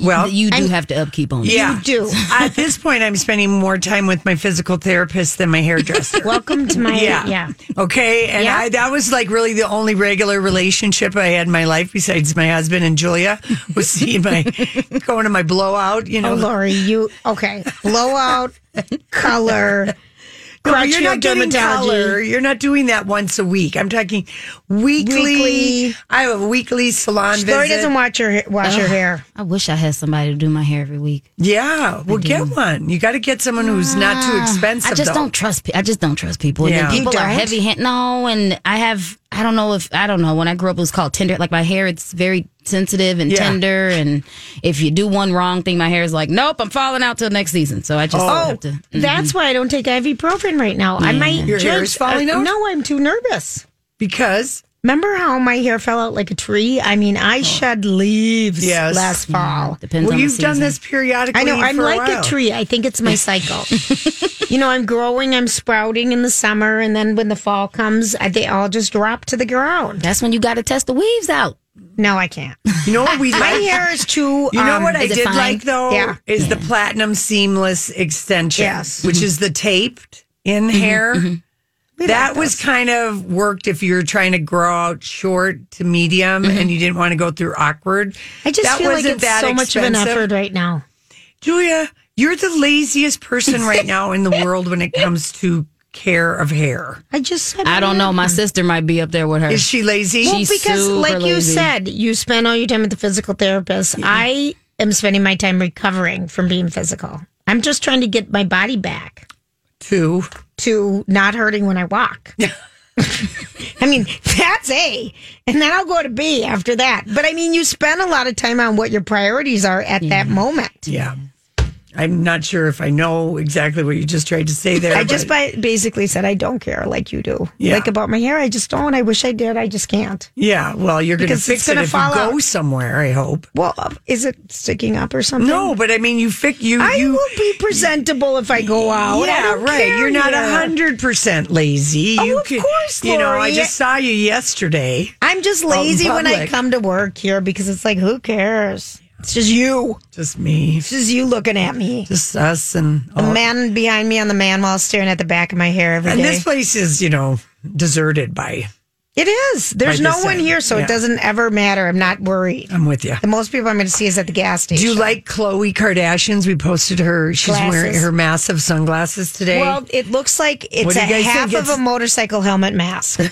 Speaker 2: Well,
Speaker 1: you do have to upkeep on it.
Speaker 2: yeah.
Speaker 3: You do.
Speaker 2: At this point, I'm spending more time with my physical therapist than my hairdresser.
Speaker 3: Welcome to my
Speaker 2: Yeah.
Speaker 3: yeah.
Speaker 2: Okay. And
Speaker 3: Yeah.
Speaker 2: I, that was like really the only regular relationship I had in my life besides my husband and Julia was seeing my going to my blowout, you know.
Speaker 3: Oh, Lori, you okay? Blowout, color,
Speaker 2: No, but you're
Speaker 3: crotchfield
Speaker 2: not getting
Speaker 3: dermatology.
Speaker 2: color. You're not doing that once a week. I'm talking weekly.
Speaker 3: Weekly.
Speaker 2: I have a weekly salon
Speaker 3: Lori
Speaker 2: visit.
Speaker 3: doesn't watch your ha- wash your hair.
Speaker 1: I wish I had somebody to do my hair every week.
Speaker 2: yeah, well, get one. You got to get someone who's not too expensive.
Speaker 1: Mm-hmm. Ah, I just
Speaker 2: though.
Speaker 1: don't trust. Pe- I just don't trust people. And then
Speaker 2: Yeah. You
Speaker 1: people are
Speaker 3: don't?
Speaker 1: heavy handed. No, and I have. I don't know if I don't know. When I grew up, it was called tender. Like my hair, it's very sensitive and
Speaker 2: Yeah.
Speaker 1: tender. And if you do one wrong thing, my hair is like, nope, I'm falling out till next season. So I just
Speaker 3: Oh,
Speaker 1: have to.
Speaker 3: that's why I don't take ibuprofen right now. I might
Speaker 2: Mm-hmm. Mm. Your hair
Speaker 3: just-
Speaker 2: is falling out?
Speaker 3: No, I'm too nervous.
Speaker 2: because
Speaker 3: Remember how my hair fell out like a tree? I mean, I shed leaves
Speaker 2: Oh. Yes. Mm.
Speaker 3: last fall.
Speaker 1: Depends
Speaker 2: well,
Speaker 1: on the
Speaker 2: you've done
Speaker 1: season.
Speaker 2: this periodically.
Speaker 3: I know I'm
Speaker 2: for
Speaker 3: like
Speaker 2: while.
Speaker 3: a tree. I think it's my cycle. you know, I'm growing, I'm sprouting in the summer, and then when the fall comes, I, they all just drop to the ground.
Speaker 1: That's when you got to test the weaves out.
Speaker 3: No, I can't.
Speaker 2: You know what we
Speaker 3: My
Speaker 2: like?
Speaker 3: hair is too.
Speaker 2: You know
Speaker 3: um,
Speaker 2: what I
Speaker 1: is it
Speaker 2: did
Speaker 1: fine?
Speaker 2: like though
Speaker 3: Yeah.
Speaker 2: is the platinum seamless extension,
Speaker 3: Yes. Mm-hmm,
Speaker 2: which is the taped in hair. That was kind of worked if you were trying to grow out short to medium and you didn't want to go through awkward.
Speaker 3: Mm-hmm. I just
Speaker 2: that
Speaker 3: feel like
Speaker 2: wasn't
Speaker 3: it's
Speaker 2: that
Speaker 3: so much of an
Speaker 2: expensive.
Speaker 3: effort right now.
Speaker 2: Julia, you're the laziest person right now in the world when it comes to care of hair.
Speaker 3: I just said
Speaker 1: I don't know. My sister might be up there with her.
Speaker 2: Is she lazy?
Speaker 3: Well,
Speaker 1: She's
Speaker 3: because
Speaker 1: super
Speaker 3: like you
Speaker 1: lazy.
Speaker 3: said, you spend all your time with the physical therapist. I am spending my time recovering from being physical. I'm just trying to get my body back
Speaker 2: Two.
Speaker 3: to not hurting when I walk. I mean, that's A. And then I'll go to B after that. But I mean, you spend a lot of time on what your priorities are at that moment.
Speaker 2: Yeah. I'm not sure if I know exactly what you just tried to say there.
Speaker 3: I just
Speaker 2: but-
Speaker 3: by, basically said, I don't care like you do.
Speaker 2: Yeah.
Speaker 3: Like about my hair, I just don't. I wish I did. I just can't.
Speaker 2: Yeah, well, you're going to
Speaker 3: Because it's
Speaker 2: fix it
Speaker 3: gonna
Speaker 2: if
Speaker 3: fall
Speaker 2: you go
Speaker 3: out.
Speaker 2: somewhere. I hope.
Speaker 3: Well, uh, is it sticking up or something?
Speaker 2: No, but I mean, you fix you.
Speaker 3: I
Speaker 2: you Oh,
Speaker 3: will be presentable if I go out. I
Speaker 2: yeah,
Speaker 3: don't
Speaker 2: right.
Speaker 3: care
Speaker 2: You're not
Speaker 3: here.
Speaker 2: hundred percent lazy.
Speaker 3: Oh,
Speaker 2: you
Speaker 3: of course,
Speaker 2: You know, I
Speaker 3: Lori.
Speaker 2: just saw you yesterday.
Speaker 3: I'm just
Speaker 2: in
Speaker 3: lazy when I
Speaker 2: public.
Speaker 3: come to work here because it's like, who cares? It's just you.
Speaker 2: Just me,
Speaker 3: It's just you looking at me.
Speaker 2: just us, and
Speaker 3: The
Speaker 2: all.
Speaker 3: man behind me on the man wall staring at the back of my hair every day.
Speaker 2: and this place is you know deserted by.
Speaker 3: it is. There's
Speaker 2: I
Speaker 3: no
Speaker 2: just
Speaker 3: one
Speaker 2: said,
Speaker 3: here, so
Speaker 2: yeah.
Speaker 3: it doesn't ever matter. I'm not worried.
Speaker 2: I'm with you.
Speaker 3: The most people I'm going to see is at the gas
Speaker 2: Do
Speaker 3: station.
Speaker 2: you like Chloe Kardashian's? We posted her. She's wearing
Speaker 3: Glasses.
Speaker 2: her massive sunglasses today.
Speaker 3: well, it looks like
Speaker 2: What
Speaker 3: it's a
Speaker 2: do you guys
Speaker 3: half
Speaker 2: think
Speaker 3: of a
Speaker 2: it's-
Speaker 3: motorcycle helmet mask.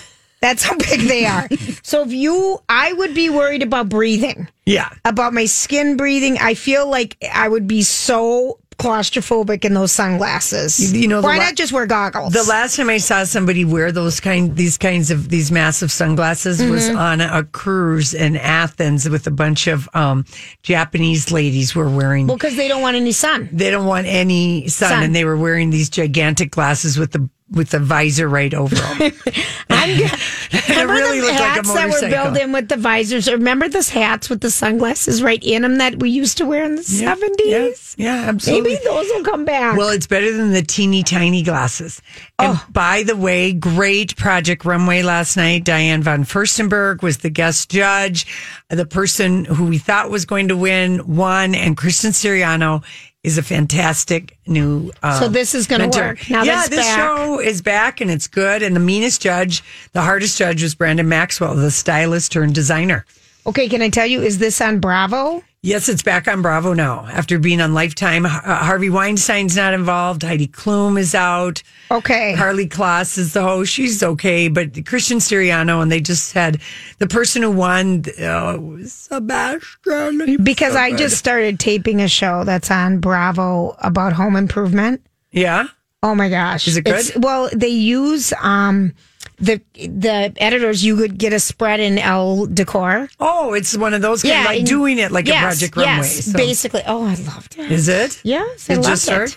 Speaker 3: That's how big they are. so if you, I would be worried about breathing.
Speaker 2: yeah.
Speaker 3: about my skin breathing. I feel like I would be so claustrophobic in those sunglasses.
Speaker 2: You- you know, the
Speaker 3: why
Speaker 2: la-
Speaker 3: not just wear goggles?
Speaker 2: The last time I saw somebody wear those kind, these kinds of these massive sunglasses was
Speaker 3: Mm-hmm.
Speaker 2: on a cruise in Athens with a bunch of um, Japanese ladies were wearing.
Speaker 3: well, because they don't want any sun.
Speaker 2: they don't want any sun,
Speaker 3: Sun.
Speaker 2: and they were wearing these gigantic glasses with the with the visor right over him.
Speaker 3: Remember
Speaker 2: really
Speaker 3: the
Speaker 2: looked like a
Speaker 3: hats that were
Speaker 2: motorcycle.
Speaker 3: built in with the visors? Remember those hats with the sunglasses right in them that we used to wear in the seventies?
Speaker 2: yeah, absolutely.
Speaker 3: Maybe those will come back.
Speaker 2: Well, it's better than the teeny tiny glasses. And
Speaker 3: Oh.
Speaker 2: by the way, great project runway last night. Diane von Furstenberg was the guest judge. The person who we thought was going to win won, and Kristen Siriano is a fantastic new. Um,
Speaker 3: So this is gonna
Speaker 2: mentor.
Speaker 3: work. Now
Speaker 2: yeah,
Speaker 3: that's
Speaker 2: this
Speaker 3: back.
Speaker 2: show is back and it's good. And the meanest judge, the hardest judge, was Brandon Maxwell, the stylist turned designer.
Speaker 3: okay, can I tell you? Is this on Bravo?
Speaker 2: Yes, it's back on Bravo now. After being on Lifetime, H- uh, Harvey Weinstein's not involved. Heidi Klum is out.
Speaker 3: Okay.
Speaker 2: Harley Kloss is the host. She's okay, but Christian Siriano, and they just had the person who won, uh, was Sebastian. He was
Speaker 3: Because
Speaker 2: so
Speaker 3: I
Speaker 2: good.
Speaker 3: just started taping a show that's on Bravo about home improvement.
Speaker 2: Yeah.
Speaker 3: Oh my gosh.
Speaker 2: Is it good?
Speaker 3: It's- well, they use um the the editors you could get a spread in L decor.
Speaker 2: Oh, it's one of those, kind of like
Speaker 3: and-
Speaker 2: doing it like
Speaker 3: yes,
Speaker 2: a Project Runway.
Speaker 3: Yes,
Speaker 2: so-
Speaker 3: basically. Oh, I loved it.
Speaker 2: Is it?
Speaker 3: Yes, I
Speaker 2: It
Speaker 3: loved
Speaker 2: just
Speaker 3: it.
Speaker 2: started?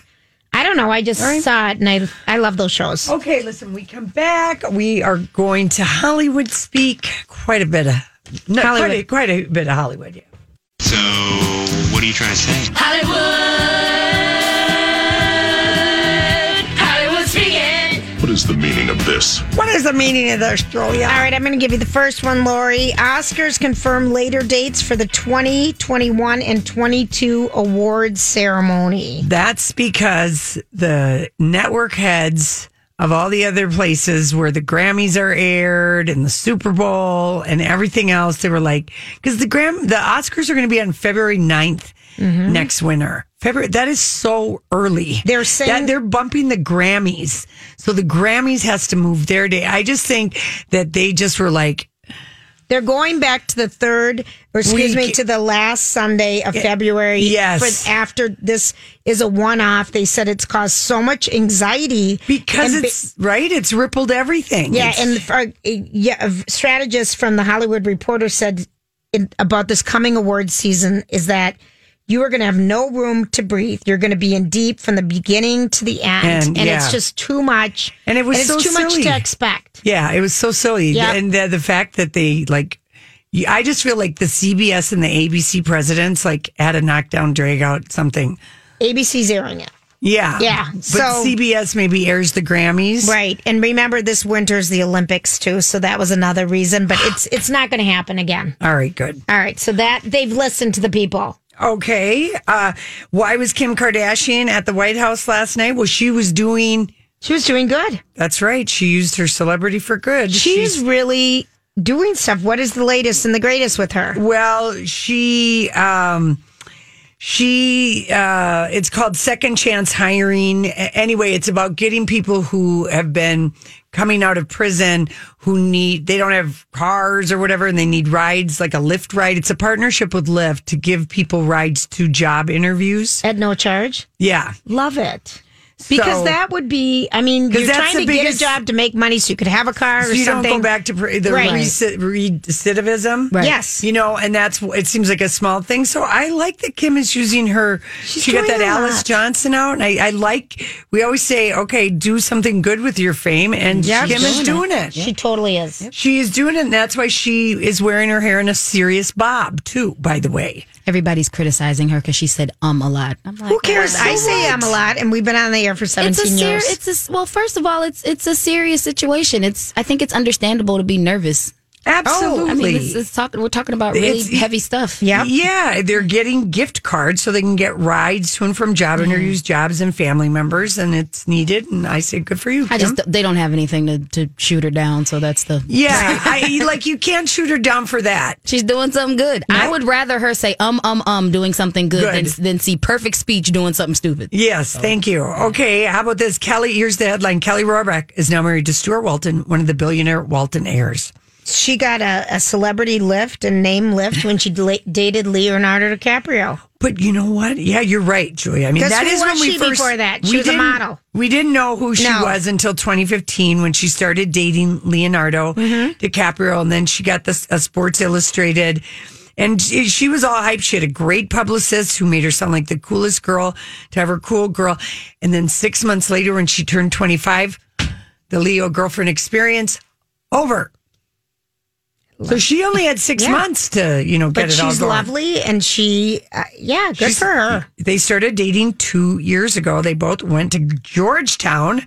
Speaker 3: I don't know. I just saw it, and I I love those shows.
Speaker 2: Okay, listen, we come back. We are going to Hollywood speak quite a bit of, no, quite, a,
Speaker 3: Hollywood.
Speaker 2: quite a bit of Hollywood, yeah.
Speaker 13: So, what are you trying to say?
Speaker 12: Hollywood, Hollywood speaking.
Speaker 14: What is the meaning of this?
Speaker 2: What is the meaning of this, Julia?
Speaker 3: All right, I'm going to give you the first one, Lori. Oscars confirm later dates for the 2021 and 22 awards ceremony.
Speaker 2: That's because the network heads of all the other places where the Grammys are aired and the Super Bowl and everything else, they were like, because the Gram, the Oscars are going to be on February 9th next winter. February, that is so early.
Speaker 3: Mm-hmm. They're saying-
Speaker 2: That- they're bumping the Grammys. So the Grammys has to move their day. I just think that they just were like,
Speaker 3: They're going back to the third, or excuse
Speaker 2: Week.
Speaker 3: me, to the last Sunday of February.
Speaker 2: yes.
Speaker 3: For after this is a one off, they said it's caused so much anxiety
Speaker 2: because
Speaker 3: and ba-
Speaker 2: it's right, it's rippled everything.
Speaker 3: Yeah,
Speaker 2: It's-
Speaker 3: and uh, yeah, a strategist from the Hollywood Reporter said in, about this coming awards season is that you are going to have no room to breathe. You're going to be in deep from the beginning to the end,
Speaker 2: And,
Speaker 3: and,
Speaker 2: yeah.
Speaker 3: it's just too much.
Speaker 2: And it was
Speaker 3: it's
Speaker 2: so
Speaker 3: too
Speaker 2: silly.
Speaker 3: much to expect.
Speaker 2: Yeah, it was so silly.
Speaker 3: Yeah.
Speaker 2: And the, the fact that they like, you- I just feel like the CBS and the ABC presidents like had a knockdown drag out something.
Speaker 3: ABC's airing it.
Speaker 2: Yeah.
Speaker 3: Yeah,
Speaker 2: But
Speaker 3: so-
Speaker 2: CBS maybe airs the Grammys.
Speaker 3: Right, and remember this winter's the Olympics too, so that was another reason. But it's it's not going to happen again.
Speaker 2: All right, good.
Speaker 3: All right, so that they've listened to the people.
Speaker 2: Okay. Uh, why was Kim Kardashian at the White House last night? Well, she was doing,
Speaker 3: She was doing good.
Speaker 2: that's right. She used her celebrity for good.
Speaker 3: She's,
Speaker 2: She's-
Speaker 3: really doing stuff. What is the latest and the greatest with her?
Speaker 2: Well, she um she uh it's called second chance hiring. A- Anyway, it's about getting people who have been coming out of prison who need they don't have cars or whatever and they need rides like a Lyft ride. It's a partnership with Lyft to give people rides to job interviews.
Speaker 3: At no charge.
Speaker 2: Yeah.
Speaker 3: Love it. Because
Speaker 2: So-
Speaker 3: that would be, I mean,
Speaker 2: 'Cause
Speaker 3: you're
Speaker 2: that's the
Speaker 3: trying to
Speaker 2: biggest-
Speaker 3: get a job to make money so you could have a car
Speaker 2: So
Speaker 3: or
Speaker 2: you
Speaker 3: something.
Speaker 2: don't go back to pr- the
Speaker 3: Right.
Speaker 2: reci- recidivism.
Speaker 3: Right. Yes.
Speaker 2: you know, and that's it. Seems like a small thing. So I like that Kim is using her. she got that
Speaker 3: doing a
Speaker 2: Alice
Speaker 3: lot.
Speaker 2: Johnson out, and I, I like. We always say, okay, do something good with your fame, and
Speaker 3: Yep.
Speaker 2: Kim is doing it.
Speaker 3: She totally is.
Speaker 2: She is doing it, and that's why she is wearing her hair in a serious bob too. By the way,
Speaker 15: Everybody's criticizing her because she said um a lot. I'm like,
Speaker 3: Who cares?
Speaker 15: "Wow."
Speaker 3: I say I'm a lot, and we've been on the air for 17
Speaker 15: It's a ser-
Speaker 3: years.
Speaker 15: It's a s- well. First of all, it's it's a serious situation. It's I think it's understandable to be nervous.
Speaker 2: absolutely.
Speaker 15: Oh, I mean, it's, it's talk, we're talking about really
Speaker 2: It's-
Speaker 15: heavy stuff.
Speaker 2: Yeah, they're getting gift cards so they can get rides to and from job interviews, jobs, and family members, and it's needed. And I say, good for you.
Speaker 15: I
Speaker 2: Kim.
Speaker 15: just they don't have anything to, to shoot her down, so that's the
Speaker 2: Yeah, I, like you can't shoot her down for that.
Speaker 15: She's doing something good. I would rather her say um um um doing something good,
Speaker 2: Good.
Speaker 15: Than, than see perfect speech doing something stupid.
Speaker 2: Yes, thank you. Okay, how about this? Kelly, here's the headline. Kelly Rohrbach is now married to Stuart Walton, one of the billionaire Walton heirs.
Speaker 3: she got a, a celebrity lift and name lift when she dela- dated Leonardo DiCaprio.
Speaker 2: But you know what? Yeah, you're right, Julia. I mean,
Speaker 3: 'Cause
Speaker 2: that
Speaker 3: who
Speaker 2: is when
Speaker 3: was
Speaker 2: we
Speaker 3: she
Speaker 2: first
Speaker 3: before that? She
Speaker 2: we
Speaker 3: was a
Speaker 2: didn't-
Speaker 3: model.
Speaker 2: We didn't know who she
Speaker 3: No.
Speaker 2: was until 2015 when she started dating Leonardo
Speaker 3: Mm-hmm.
Speaker 2: DiCaprio, and then she got this a Sports Illustrated. And she she was all hype. She had a great publicist who made her sound like the coolest girl to ever cool girl. And then six months later, when she turned 25, the Leo girlfriend experience over. So she only had six
Speaker 3: Yeah.
Speaker 2: months to, you know, get
Speaker 3: But
Speaker 2: it all
Speaker 3: she's
Speaker 2: going.
Speaker 3: lovely and she, uh, yeah, good for her.
Speaker 2: They started dating two years ago. They both went to Georgetown,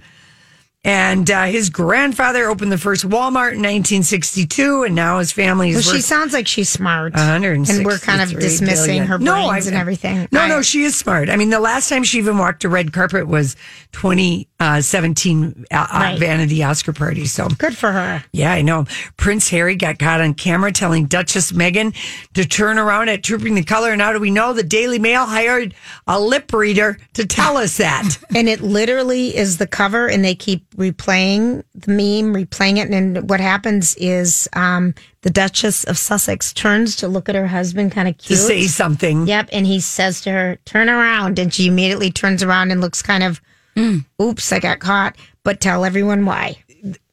Speaker 2: and uh, his grandfather opened the first Walmart in 1962, and now his family
Speaker 3: Well,
Speaker 2: is
Speaker 3: she
Speaker 2: worth
Speaker 3: sounds like she's smart. And we're kind of
Speaker 2: 163
Speaker 3: dismissing
Speaker 2: billion.
Speaker 3: her brains
Speaker 2: No, I-
Speaker 3: and everything.
Speaker 2: No,
Speaker 3: I-
Speaker 2: no, she is smart. I mean, the last time she even walked a red carpet was 2017 uh, uh,
Speaker 3: Right.
Speaker 2: Vanity Oscar party. So
Speaker 3: good for her.
Speaker 2: Yeah, I know. Prince Harry got caught on camera telling Duchess Meghan to turn around at Trooping the Color. And how do we know? The Daily Mail hired a lip reader to tell us that.
Speaker 3: And it literally is the cover, and they keep replaying the meme, replaying it. And then what happens is um, the Duchess of Sussex turns to look at her husband, kind of cute.
Speaker 2: say something.
Speaker 3: Yep. And he says to her, Turn around. And she immediately turns around and looks kind of,
Speaker 2: Mm.
Speaker 3: Oops, I got caught, but tell everyone why.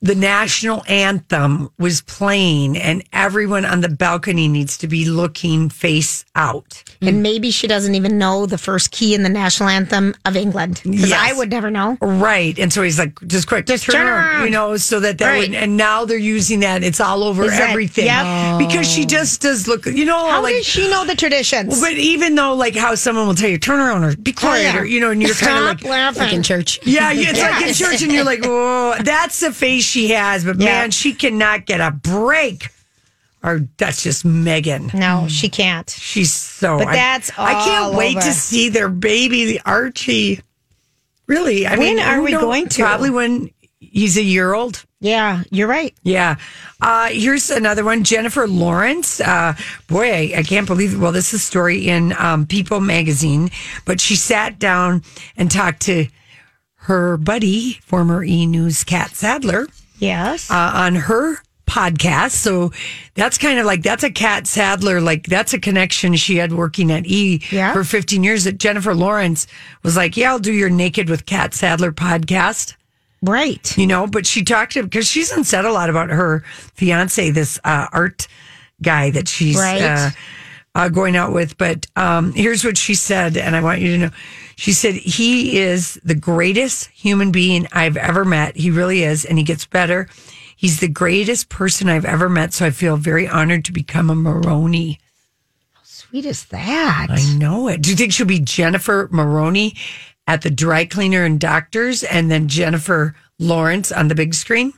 Speaker 2: the national anthem was playing, and everyone on the balcony needs to be looking face out.
Speaker 3: And maybe she doesn't even know the first key in the national anthem of England. Because
Speaker 2: Yes.
Speaker 3: I would never know.
Speaker 2: Right. And so he's like, just quick, just
Speaker 3: turn around.
Speaker 2: you know, so that that
Speaker 3: Right.
Speaker 2: would, and now they're using that. It's all over
Speaker 3: Is that-
Speaker 2: everything.
Speaker 3: yep. Oh.
Speaker 2: Because she just does look, you know,
Speaker 3: How
Speaker 2: like,
Speaker 3: does she know the traditions?
Speaker 2: Well, but even though, like, how someone will tell you, turn around or be quiet,
Speaker 3: Oh, yeah.
Speaker 2: or, you know, and you're kind of
Speaker 3: Stop
Speaker 2: like,
Speaker 3: laughing. Like in church.
Speaker 2: Yeah, yeah, it's like in
Speaker 3: Yes.
Speaker 2: church, and you're like, whoa, that's the face she has. But
Speaker 3: Yeah.
Speaker 2: man, she cannot get a break. Or that's just Megan.
Speaker 3: No, she can't.
Speaker 2: She's so.
Speaker 3: But
Speaker 2: I-
Speaker 3: that's
Speaker 2: I, can't
Speaker 3: all
Speaker 2: wait
Speaker 3: over.
Speaker 2: to see their baby Archie. Really, I
Speaker 3: When
Speaker 2: mean,
Speaker 3: are
Speaker 2: who
Speaker 3: we
Speaker 2: knows?
Speaker 3: going to?
Speaker 2: Probably when he's a year old.
Speaker 3: Yeah, you're right.
Speaker 2: Yeah. Uh, here's another one. Jennifer Lawrence. Uh, boy, I, I can't believe Well, this is a story in um, People magazine, but she sat down and talked to her buddy, former E News Kat Sadler,
Speaker 3: Yes.
Speaker 2: uh, on her podcast. So that's kind of like, that's a Kat Sadler, like that's a connection she had working at E
Speaker 3: Yeah.
Speaker 2: for 15 years that Jennifer Lawrence was like, yeah, I'll do your Naked with Kat Sadler podcast
Speaker 3: Right.
Speaker 2: you know but she talked to because she's said a lot about her fiance this uh, art guy that she's
Speaker 3: Right.
Speaker 2: uh, uh, going out with but um, here's what she said and i want you to know she said he is the greatest human being i've ever met he really is and he gets better he's the greatest person i've ever met so i feel very honored to become a maroney
Speaker 3: Sweet as that.
Speaker 2: i know it do you think she'll be jennifer maroney at the dry cleaner and doctors and then jennifer lawrence on the big screen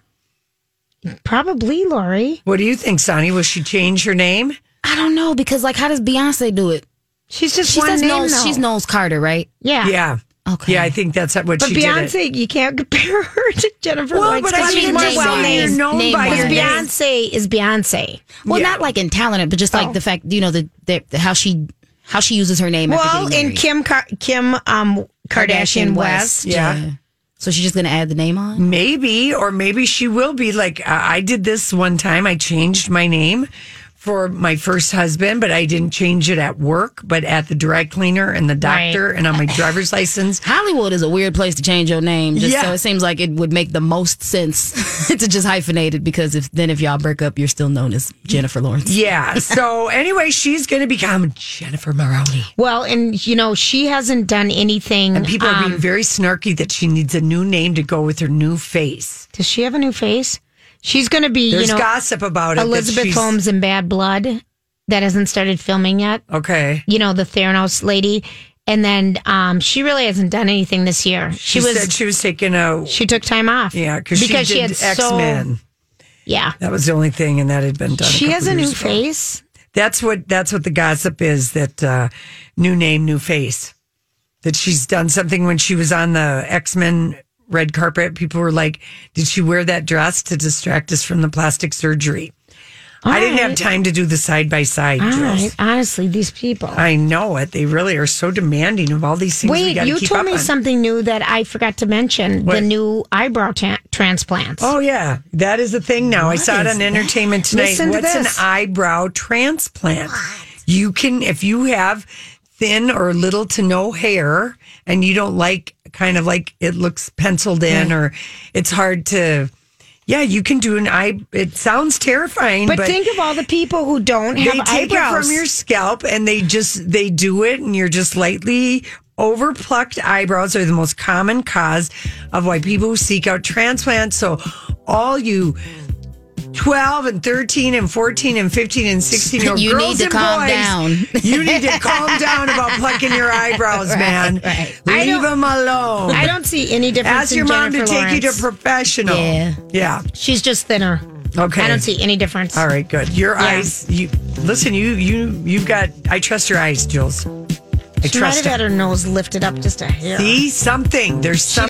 Speaker 3: Probably, Lori.
Speaker 2: What do you think, Sonny? Will she change her name?
Speaker 15: I don't know because like, how does Beyonce do it?
Speaker 3: She's just
Speaker 15: she
Speaker 3: one
Speaker 15: says
Speaker 3: name,
Speaker 15: Knowles-
Speaker 3: though.
Speaker 15: She's Knowles Carter, right?
Speaker 3: Yeah.
Speaker 2: Yeah. Okay. Yeah, I think that's what
Speaker 3: But
Speaker 2: she did. it.
Speaker 3: Beyonce, you can't compare her to Jennifer
Speaker 2: Well,
Speaker 3: Lawrence
Speaker 2: but I
Speaker 3: 'cause
Speaker 2: mean,
Speaker 3: she's
Speaker 2: name
Speaker 3: more well
Speaker 2: wise,
Speaker 3: known.
Speaker 2: you're known
Speaker 15: name
Speaker 2: by
Speaker 15: wise.
Speaker 3: Because
Speaker 2: your name.
Speaker 3: Beyonce is Beyonce.
Speaker 15: Well,
Speaker 2: Yeah.
Speaker 15: not like in talented, but just like the fact you know the, the, the how she how she uses her name.
Speaker 3: Well, and Kim Car- Kim um, Kardashian West.
Speaker 2: Yeah.
Speaker 15: So she's just gonna add the name on.
Speaker 2: Maybe, or maybe she will be like, uh, I did this one time. I changed my name for my first husband, but I didn't change it at work, but at the dry cleaner and the doctor and on my driver's license.
Speaker 15: Hollywood is a weird place to change your name. Just
Speaker 2: Yeah.
Speaker 15: so it seems like it would make the most sense to just hyphenate it because if then if y'all break up, you're still known as Jennifer Lawrence.
Speaker 2: Yeah. So anyway, she's going to become Jennifer Maroney.
Speaker 3: Well, and you know she hasn't done anything.
Speaker 2: And people are
Speaker 3: um,
Speaker 2: being very snarky that she needs a new name to go with her new face.
Speaker 3: does she have a new face? She's going to be
Speaker 2: There's
Speaker 3: you know
Speaker 2: gossip about it. that
Speaker 3: Elizabeth
Speaker 2: she's-
Speaker 3: Holmes in Bad Blood that hasn't started filming yet.
Speaker 2: Okay.
Speaker 3: You know the Theranos lady, and then um, she really hasn't done anything this year.
Speaker 2: She,
Speaker 3: She, was
Speaker 2: said she was taking a
Speaker 3: She took time off.
Speaker 2: Yeah, cause because she, did X Men.
Speaker 3: yeah.
Speaker 2: that was the only thing, and that had been done.
Speaker 3: She
Speaker 2: couple
Speaker 3: has a
Speaker 2: years
Speaker 3: new
Speaker 2: ago.
Speaker 3: face.
Speaker 2: That's what that's what the gossip is. That uh, new name, new face. That she's done something when she was on the X Men red carpet. People were like, "Did she wear that dress to distract us from the plastic surgery?" I didn't have
Speaker 3: Alright.
Speaker 2: time to do the side by side
Speaker 3: All
Speaker 2: drills.
Speaker 3: right. Honestly, these people.
Speaker 2: I know it. They really are so demanding of all these things. we
Speaker 3: Wait,
Speaker 2: gotta
Speaker 3: you
Speaker 2: keep
Speaker 3: told
Speaker 2: up
Speaker 3: me
Speaker 2: on.
Speaker 3: something new that I forgot to mention
Speaker 2: What?
Speaker 3: the new eyebrow ta- transplants.
Speaker 2: Oh yeah, that is a thing now. I saw it
Speaker 3: is
Speaker 2: on Entertainment Tonight.
Speaker 3: Listen to
Speaker 2: What's
Speaker 3: this.
Speaker 2: an eyebrow transplant? You can if you have thin or little to no hair and you don't like kind of like it looks penciled in or it's hard to yeah, you can do an eye it sounds terrifying,
Speaker 3: but,
Speaker 2: but,
Speaker 3: think of all the people who don't
Speaker 2: they
Speaker 3: have
Speaker 2: take
Speaker 3: eyebrows.
Speaker 2: it from your scalp and they just they do it and you're just lightly Overplucked eyebrows are the most common cause of why people seek out transplants. So, all you 12 and 13 and 14 and 15 and 16 year old
Speaker 1: You
Speaker 2: girls
Speaker 1: need to
Speaker 2: and
Speaker 1: calm
Speaker 2: boys,
Speaker 1: down.
Speaker 2: you need to calm down about plucking your eyebrows,
Speaker 3: Right,
Speaker 2: man.
Speaker 3: right. I
Speaker 2: Leave
Speaker 3: don't-
Speaker 2: them alone.
Speaker 3: I don't see any difference.
Speaker 2: Ask
Speaker 3: in
Speaker 2: your mom to
Speaker 3: Jennifer
Speaker 2: take you to a
Speaker 3: Lawrence.
Speaker 2: professional.
Speaker 3: Yeah.
Speaker 2: Yeah.
Speaker 3: She's just thinner.
Speaker 2: Okay.
Speaker 3: I don't see any difference.
Speaker 2: All right, good. Your
Speaker 3: Yeah.
Speaker 2: eyes, you listen. You you you've got. I trust your eyes, Jules. I
Speaker 3: She might
Speaker 2: trust
Speaker 3: have had
Speaker 2: it.
Speaker 3: her nose lifted up just a hair.
Speaker 2: See something. There's something.